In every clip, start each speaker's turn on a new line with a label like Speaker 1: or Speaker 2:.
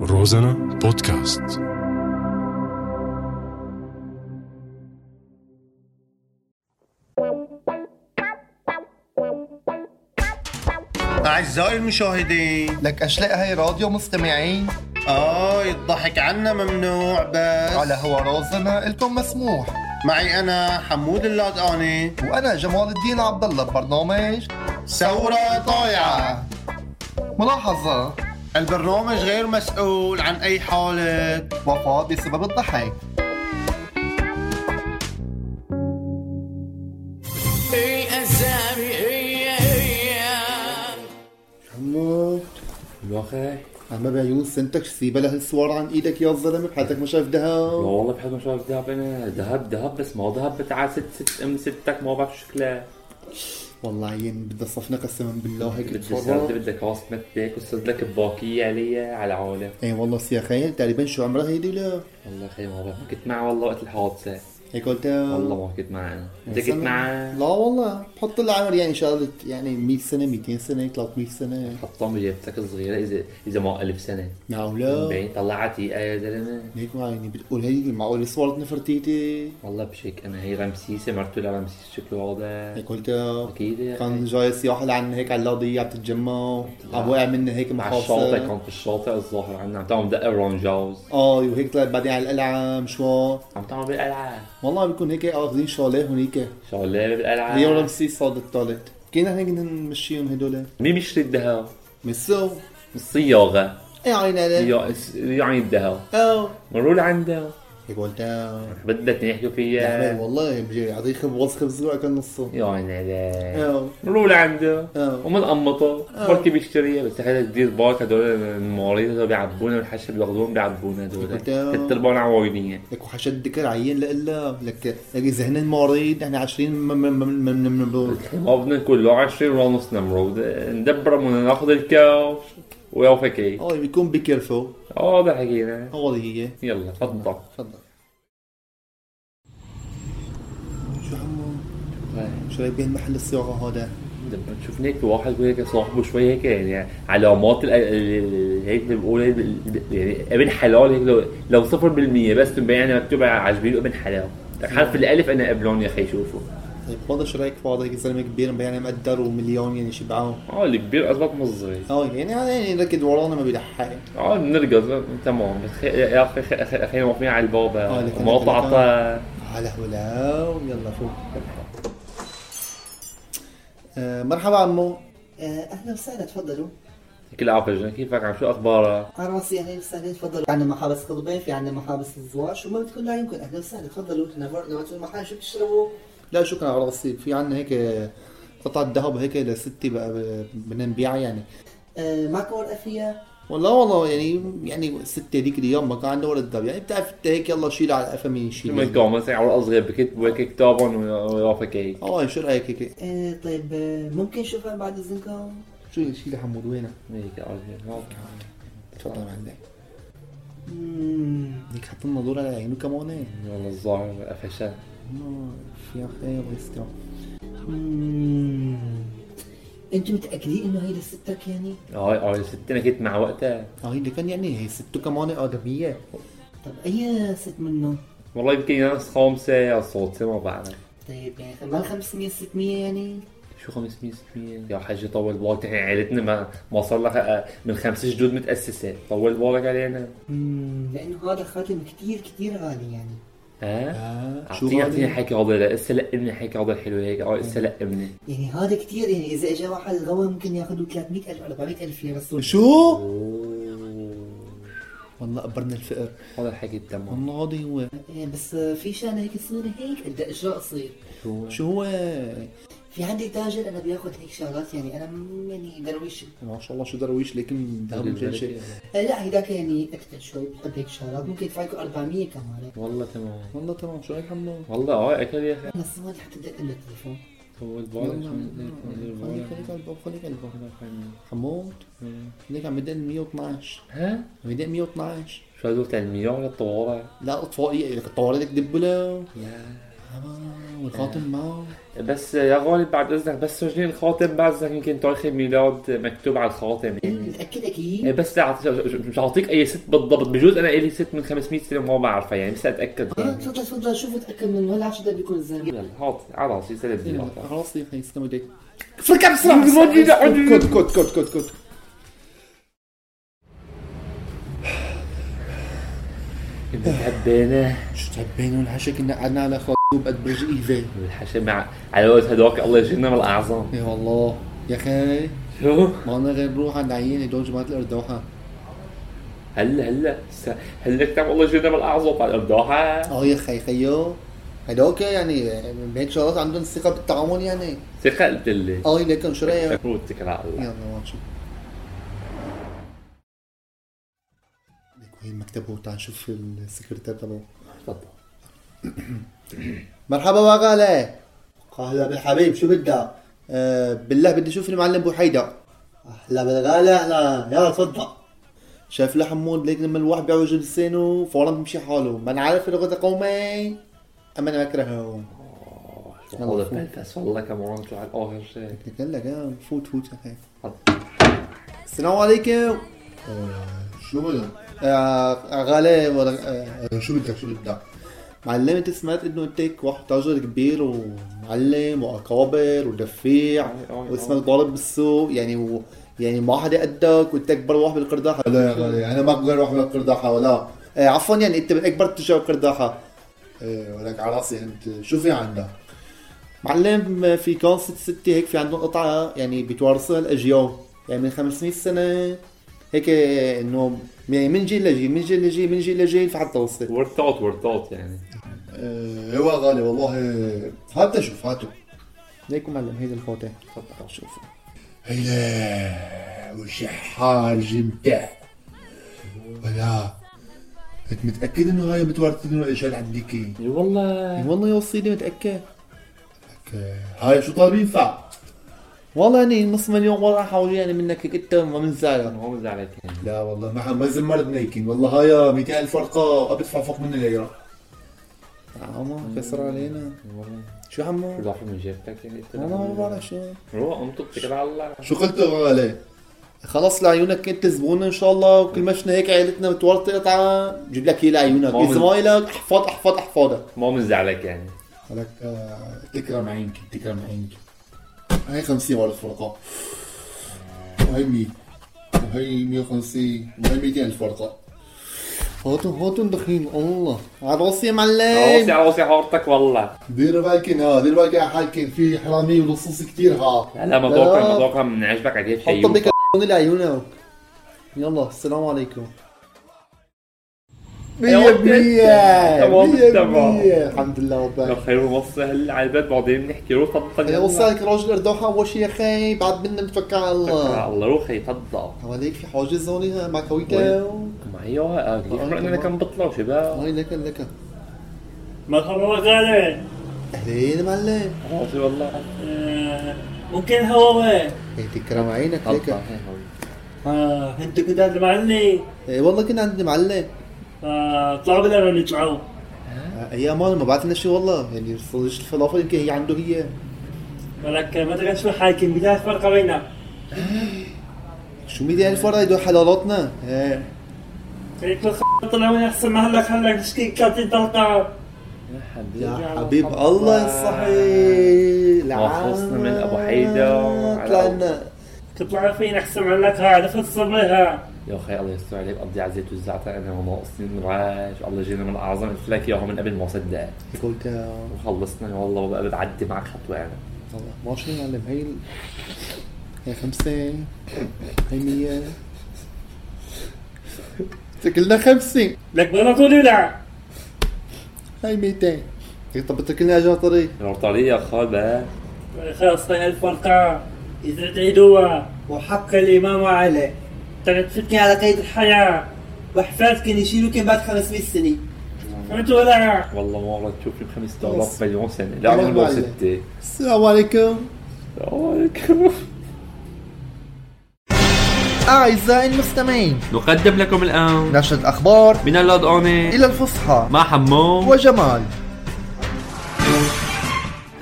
Speaker 1: روزانا بودكاست
Speaker 2: أعزائي المشاهدين
Speaker 3: لك اشلاء هاي راديو مستمعين
Speaker 2: آي الضحك عنا ممنوع بس
Speaker 3: على هو رازنا الكم مسموح
Speaker 2: معي أنا حمود اللادقاني
Speaker 3: وانا جمال الدين عبد الله ببرنامج
Speaker 2: ثورة طايعة
Speaker 3: ملاحظه
Speaker 2: البرنامج غير مسؤول عن أي حالة
Speaker 3: وفاه بسبب الضحك
Speaker 4: اي اسامي اي اي
Speaker 3: موت
Speaker 5: الواخي
Speaker 3: عم بعيون سنتك سيبها لهالصور عن ايدك يا الزلمه بحالتك ما شايف
Speaker 5: لا
Speaker 3: دهب
Speaker 5: والله بحب ما شايف ذهب انا ذهب ذهب بس ما هو ذهب بتاع ست ست ام ستك ما بعرف شو شكلها
Speaker 3: والله يعني عين بدها صفنا قسما بالله هيك
Speaker 5: بدك
Speaker 3: تتفرج.
Speaker 5: سرد بدك عاص متك وصرت لك بباكية عليا على عولة
Speaker 3: اي إيه والله سي خيال تقريبا شو عمرها هيدي ولا
Speaker 5: والله اخي ما بعرف ما كنت معه والله وقت الحادثة
Speaker 3: هيك قلتها
Speaker 5: والله ما كنت معه انا انت
Speaker 3: يا
Speaker 5: كنت
Speaker 3: سلام.
Speaker 5: معه
Speaker 3: لا والله بحط لها عمر يعني ان شاء الله يعني 100 سنه 200 سنه 300 سنه
Speaker 5: حطهم بجيبتك الصغيرة إذا إذا ما ألف سنة
Speaker 3: معقوله
Speaker 5: بعدين طلعت هي يا زلمة
Speaker 3: ليك يعني بتقول هيدي معقوله صورت نفرتيتي
Speaker 5: والله بشك أنا هي رمسيسة مرته لرمسيس شكله واضح
Speaker 3: هيك قلتها
Speaker 5: أكيد يا
Speaker 3: كان
Speaker 5: أخي.
Speaker 3: جاي سياحة لعنا هيك على اللاضية عم تتجمع عم واقع مني هيك
Speaker 5: على
Speaker 3: محافظة
Speaker 5: الشاطئ كان في الشاطئ الظاهر عنا عم تعمل دقة رونجاوز
Speaker 3: اه وهيك طلعت بعدين على القلعة مشوار
Speaker 5: عم تعمل بالقلعة
Speaker 3: والله بيكون هيك اخذين شاليه هونيك
Speaker 5: شغلة بالقلعة
Speaker 3: اليوم رمسيس صاد الثالث كنا هيك بدنا نمشيهم هدول
Speaker 5: مين بيشتري الذهب؟
Speaker 3: مسو
Speaker 5: الصياغة
Speaker 3: ايه عين انا
Speaker 5: يا- يعني الذهب
Speaker 3: اه
Speaker 5: مروا لعنده
Speaker 3: هيك قلت آه.
Speaker 5: بدك يحكوا
Speaker 3: يا عمي
Speaker 5: فيها
Speaker 3: والله بجي اعطيه خبز خبز زرع كان نصه
Speaker 5: يا عيني
Speaker 3: اه
Speaker 5: مروا لعنده
Speaker 3: آه.
Speaker 5: ومنقمطه بركي بيشتريها بس هذا كثير بارك هدول المواريد هدول بيعبونا والحشا بياخذوهم بيعبونا هدول
Speaker 3: قلت آه.
Speaker 5: ثلاث ارباع عواينية
Speaker 3: لك وحشد ذكر عين لإلا لك لك اذا هن المواضيع نحن 20 من من من من من
Speaker 5: ما بدنا نكون له 20 ونص نمرود ندبر وناخذ الكاوش ويا فكي
Speaker 3: اه بيكون بكيرفو
Speaker 5: واضح حكينا
Speaker 3: هو هي
Speaker 5: يلا تفضل
Speaker 3: تفضل شو عمو شو رايبين محل الصياغه هذا؟
Speaker 5: لما تشوفني هيك واحد وهيك صاحبه شوي هيك يعني علامات ال- ال- ال- هيك اللي بقول هيك ال- يعني ابن حلال هيك لو, لو 0% بس يعني مبين انا مكتوب عجبينه ابن حلال لك حرف الالف انا قبلون يا اخي شوفه
Speaker 3: طيب هذا شو رايك فاضي هيك زلمه كبير يعني مقدر ومليون يعني شبعان
Speaker 5: اه الكبير اضبط من الصغير
Speaker 3: اه يعني هذا يعني ركض ورانا ما بيلحق
Speaker 5: اه بنرقص تمام بس خي- يا اخي خي- خي- خلينا واقفين على الباب
Speaker 3: آه، لك
Speaker 5: ما
Speaker 3: أنا
Speaker 5: تعطى
Speaker 3: على هلاو يلا فوق آه مرحبا عمو
Speaker 6: آه، اهلا وسهلا تفضلوا
Speaker 5: كل عافية كيفك عم شو اخبارك؟
Speaker 6: اهلا وسهلا أهلاً وسهلا تفضلوا عندنا محابس قضبان في عندنا محابس الزوار شو ما بدكم لا يمكن اهلا وسهلا تفضلوا تنورنا وانتم المحل شو بتشربوا؟
Speaker 3: لا شكرا على راسي في عندنا هيك آه، قطعة ذهب هيك لستي بقى ب- بدنا نبيعها يعني
Speaker 6: آه معكم ورقه فيها؟
Speaker 3: والله والله يعني يعني ستة هذيك اليوم ما كان عندنا ولا الذهب يعني بتعرف انت هيك يلا شيل على القفا
Speaker 5: شو
Speaker 3: شيل
Speaker 5: من كان مثلا على الصغير بكتبوا هيك كتابهم ويا فكي
Speaker 3: اه شو رايك هيك
Speaker 6: آه طيب آه ممكن اشوفها بعد اذنكم؟
Speaker 3: شو شيل حمود وينك؟
Speaker 5: هيك عجبني.
Speaker 3: تفضل عندك
Speaker 6: مم،
Speaker 3: هيك حاطين نضور على عينه كمان ايه
Speaker 5: والله الظاهر قفشان
Speaker 3: يا اخي الله يستر
Speaker 6: مم. انتم متاكدين انه هي لستك يعني؟
Speaker 5: هاي هاي ست انا آه، كنت مع وقتها
Speaker 3: اه اللي كان يعني هي سته كمان ادميه
Speaker 6: طب اي ست منه؟
Speaker 5: والله يمكن ناس خامسه يا صوتي ما بعرف
Speaker 6: طيب يعني كمان 500 600 يعني؟
Speaker 5: شو 500 600 يا حاج طول بالك احنا عائلتنا ما ما صار لها آه، من خمس جدود متاسسه طول بالك علينا
Speaker 6: مم، لانه هذا خاتم كثير كثير غالي يعني
Speaker 5: ها
Speaker 3: آه، شو
Speaker 5: اعطيني اعطيني
Speaker 3: غالي
Speaker 5: حكي هذا لا اسا لقمني حكي هذا الحلو هيك اه اسا لقمني
Speaker 6: يعني هذا كثير يعني اذا اجى واحد غوى ممكن ياخذوا 300000 400000 يا رسول
Speaker 3: شو؟ والله قبرنا الفقر
Speaker 5: هذا الحكي تمام
Speaker 3: والله هذا هو
Speaker 6: إيه بس في شغله هيك صغيره هيك قد اجراء صغير
Speaker 5: شو
Speaker 3: شو هو
Speaker 6: في عندي تاجر انا بياخذ هيك شغلات يعني انا م- يعني درويش
Speaker 3: ما شاء الله شو درويش لكن ذهب مش شيء
Speaker 6: آه، لا هيداك يعني اكثر شوي بحب هيك شغلات ممكن يدفع لكم 400 كمان
Speaker 5: والله تمام
Speaker 3: والله تمام شو رايك حمو؟
Speaker 5: والله اه اكل يا اخي
Speaker 6: انا الصمد حتى بدي اقول التليفون
Speaker 5: طول
Speaker 3: يلا، خليك
Speaker 5: بالك
Speaker 3: خليك على الباب خليك على الباب حمود ليك عم بدق 112
Speaker 5: ها
Speaker 3: عم بدق 112
Speaker 5: شو هدول تاع المياه ولا الطوارئ
Speaker 3: لا اطفائيه لك الطوارئ لك دبله
Speaker 5: يا
Speaker 3: آه، والخاتم معه
Speaker 5: بس يا غالب بعد اذنك بس سجلي الخاتم بعد اذنك يمكن تاريخ الميلاد مكتوب على الخاتم
Speaker 6: متاكده كي
Speaker 5: يعني بس لا أعطيك- مش هعطيك اي ست بالضبط بجوز انا الي ست من 500 سنه ما بعرفها يعني بس اتاكد
Speaker 6: اه
Speaker 5: يعني
Speaker 6: تفضل تفضل شوف اتاكد منه هل عشان ده بيكون الزلمه
Speaker 5: يلا هات على راسي سلب لي
Speaker 3: إيه، خلاص يا اخي يسلموا ايديك
Speaker 6: فكر
Speaker 3: كود كود كود كود كود
Speaker 5: حبينا
Speaker 3: شو تعبانين والعشاء كنا قعدنا على خطوب قد برج ايفل
Speaker 5: الحشا مع على وقت هدوك الله يجينا من الاعظم
Speaker 3: يا والله يا اخي
Speaker 5: شو
Speaker 3: ما انا غير نروح عند عيني دول جماعه الاردوحه
Speaker 5: هلا هلا س- هلا كتاب الله يجينا من طيب، الاعظم على الابداعه
Speaker 3: اه يا اخي خيو هدوك يعني بين شغلات عندهم الثقه بالتعامل يعني
Speaker 5: ثقه قلت لي
Speaker 3: اه لكن شو رايك
Speaker 5: شكرا تكرا
Speaker 3: يلا ماشي لك وين مكتبه تعال شوف السكرتير تبعه
Speaker 5: تفضل
Speaker 3: مرحبا وغالي هلا بالحبيب شو بدك؟ آه بالله بدي اشوف المعلم بوحيدة اهلا بالغالي اهلا يلا تفضل شاف له حمود ليك لما الواحد بيعوج لسانه فورا بيمشي حاله من عارف لغة قومي اما انا بكرهه
Speaker 5: والله فلتس والله كمان طلع اخر شيء
Speaker 3: لك لك آه، فوت فوت يا اخي السلام عليكم
Speaker 7: أه، شو بدك؟
Speaker 3: آه غالي ولا آه
Speaker 7: شو أه، بدك شو بدك؟
Speaker 3: معلم انت سمعت انه انت واحد تاجر كبير ومعلم واكابر ودفيع واسمك ضارب بالسوق يعني و... يعني ما حدا قدك وانت اكبر واحد بالقرداحه
Speaker 7: لا يا غالي انا ما بقدر اروح من القرداحه ولا
Speaker 3: آه عفوا يعني انت من اكبر تجار القرداحه
Speaker 7: إيه، ولك على راسي انت شو في عندك؟
Speaker 3: معلم في كان ست ستة هيك في عندهم قطعه يعني بتوارثها الاجيال يعني من 500 سنه هيك انه يعني من جيل لجيل من جيل لجيل من جيل لجيل فحتى وصلت
Speaker 5: ورث اوت ورث اوت يعني
Speaker 7: ايه هو غالي والله هات شوف هاتوا
Speaker 3: ليكم معلم هيدي الخوته شوف
Speaker 7: هيدا وش حاج متاع ولا انت متاكد انه هاي متورطين ولا ايش عندك إيه؟
Speaker 5: إي والله
Speaker 3: والله يا وصيدي متاكد
Speaker 7: هاي شو طالبين فع
Speaker 3: والله يعني نص مليون ورقه حوالي يعني منك هيك انت ما منزعلها
Speaker 5: ما مزعلك يعني
Speaker 7: لا والله ما ما زمرتنا يمكن والله هاي 200 الف ورقه بدفع فوق من ليره
Speaker 3: عمو كسر علينا
Speaker 5: والله
Speaker 3: شو عمو؟
Speaker 5: بضعف من جيبتك يعني أنت
Speaker 3: والله ما بعرف شو
Speaker 5: روح انطط تكل على الله
Speaker 7: شو قلت غالي؟
Speaker 3: خلص لعيونك انت زبون ان شاء الله وكل ما شفنا هيك عيلتنا متورطه قطعه جيب لك هي لعيونك
Speaker 5: ماما.
Speaker 3: زمايلك احفظ احفظ احفظها
Speaker 5: ما مزعلك يعني
Speaker 7: لك آه، تكرم عينك تكرم عينك هاي 50 الف ورقه وهي 100 وهي 150 وهي 200 الف ورقه
Speaker 3: هاتوا هاتوا دخين الله على راسي يا
Speaker 5: على راسي
Speaker 3: معلم
Speaker 5: على راسي حارتك والله
Speaker 7: دير بالكن ها دير بالك يا حالكن في حرامي ولصوص كثير ها
Speaker 5: لا لا ما توقع ما توقع من عجبك عجيب شيء
Speaker 3: حط بك لعيونك يلا السلام عليكم
Speaker 5: يا ولد أنت. تمام، تمام.
Speaker 3: 100% الحمد لله رب
Speaker 5: لو
Speaker 3: العالمين
Speaker 5: خير ونص هلا على الباب بعدين بنحكي روح تفضل
Speaker 3: يا
Speaker 5: يلا.
Speaker 3: وصلك راجل اردوحه اول شيء يا اخي بعد منا بتفكر على الله
Speaker 5: آه، الله روحي تفضل
Speaker 3: هوليك في حواجز هون مع كويكا
Speaker 5: معي آه، كيف
Speaker 3: آه،
Speaker 5: مرة انا
Speaker 3: تمام.
Speaker 5: كم بطلع شباب
Speaker 3: هاي لك لك
Speaker 8: مرحبا غالي
Speaker 3: اهلين معلم
Speaker 5: راسي والله
Speaker 8: آه، ممكن هواوي
Speaker 5: إيه،
Speaker 3: ايه تكرم عينك
Speaker 5: تفضل
Speaker 3: لك
Speaker 5: هاي هاي.
Speaker 8: آه، انت كده اللي معلي
Speaker 3: ايه والله كنا عند معلم
Speaker 8: آه، طلعوا بلا ما نطلعوا
Speaker 3: هي امان ما بعت لنا شيء والله يعني صدق الفلافل يمكن هي عنده هي
Speaker 8: ولك ما ادري شو حاكم بداية فرقة بيننا
Speaker 3: شو ميدي
Speaker 5: إيه.
Speaker 3: الف ورقه هدول حلالاتنا ايه
Speaker 8: خليك الخ- يعني طلعوا من احسن ما هلك هلك نشكي 30 طلقة
Speaker 5: يا حبيبي
Speaker 3: يا حبيب الله الصحي
Speaker 5: خلصنا من أبو حيدر وعلى
Speaker 3: طلعنا
Speaker 8: تطلعوا فين احسن ما هلك ها عرفت صبرها
Speaker 5: يا اخي الله يستر عليك بقضي على الزيت والزعتر انا وما قصدي راج الله يجينا من الاعظم قلت لك اياها من قبل ما اصدق
Speaker 3: قلت يا
Speaker 5: وخلصنا والله وبقى بعدي معك خطوه انا
Speaker 3: الله ماشي يا معلم هي يعني ال- هي خمسة هي مية تكلنا خمسة
Speaker 8: لك بلا طول ولا
Speaker 3: هي ميتين هي طب تكلنا اجا طريق
Speaker 5: لو طريق يا خالد
Speaker 8: خلاص هاي الفرقة اذا تعيدوها وحق الامام عليه تنتفتني على قيد الحياة
Speaker 6: بحفادكن يشيلوكن بعد 500 سنه
Speaker 8: فهمت ولا
Speaker 5: والله ما مرة تشوفني بخمس
Speaker 3: خلص.
Speaker 5: دولار مليون سنة لا
Speaker 3: يلا
Speaker 5: والله
Speaker 3: معلم.
Speaker 5: ستة
Speaker 3: السلام عليكم أعزائي المستمعين
Speaker 5: نقدم لكم الآن
Speaker 3: نشرة أخبار
Speaker 5: من اللود أوني
Speaker 3: إلى الفصحى
Speaker 5: مع حمو
Speaker 3: وجمال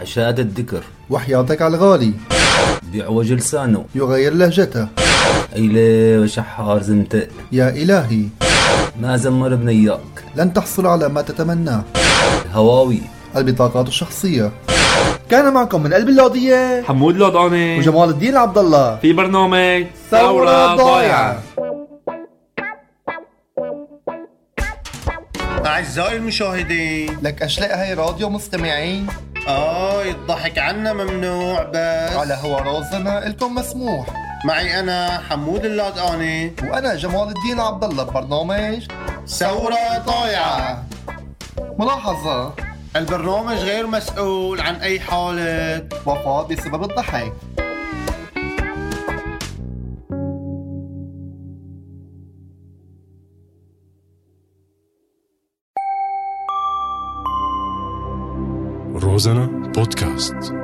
Speaker 9: حشاد الذكر
Speaker 3: وحياتك على الغالي
Speaker 9: بيعوج لسانه
Speaker 3: يغير لهجته
Speaker 9: أيلي وشحار زمتق
Speaker 3: يا إلهي
Speaker 9: ما زمر بنياك
Speaker 3: لن تحصل على ما تتمناه
Speaker 9: الهواوي
Speaker 3: البطاقات الشخصية كان معكم من قلب اللوضية
Speaker 5: حمود لوضعوني
Speaker 3: وجمال الدين عبد الله
Speaker 5: في برنامج
Speaker 3: ثورة ضايعة
Speaker 2: أعزائي المشاهدين
Speaker 3: لك أشلاء هاي راديو مستمعين
Speaker 2: آه الضحك عنا ممنوع بس
Speaker 3: على هو رازنا إلكم مسموح
Speaker 2: معي أنا حمود اللادقاني
Speaker 3: وأنا جمال الدين عبد الله ببرنامج
Speaker 2: ثورة طايعة
Speaker 3: ملاحظة
Speaker 2: البرنامج غير مسؤول عن أي حالة
Speaker 3: وفاة بسبب الضحك
Speaker 1: Розана подкаст.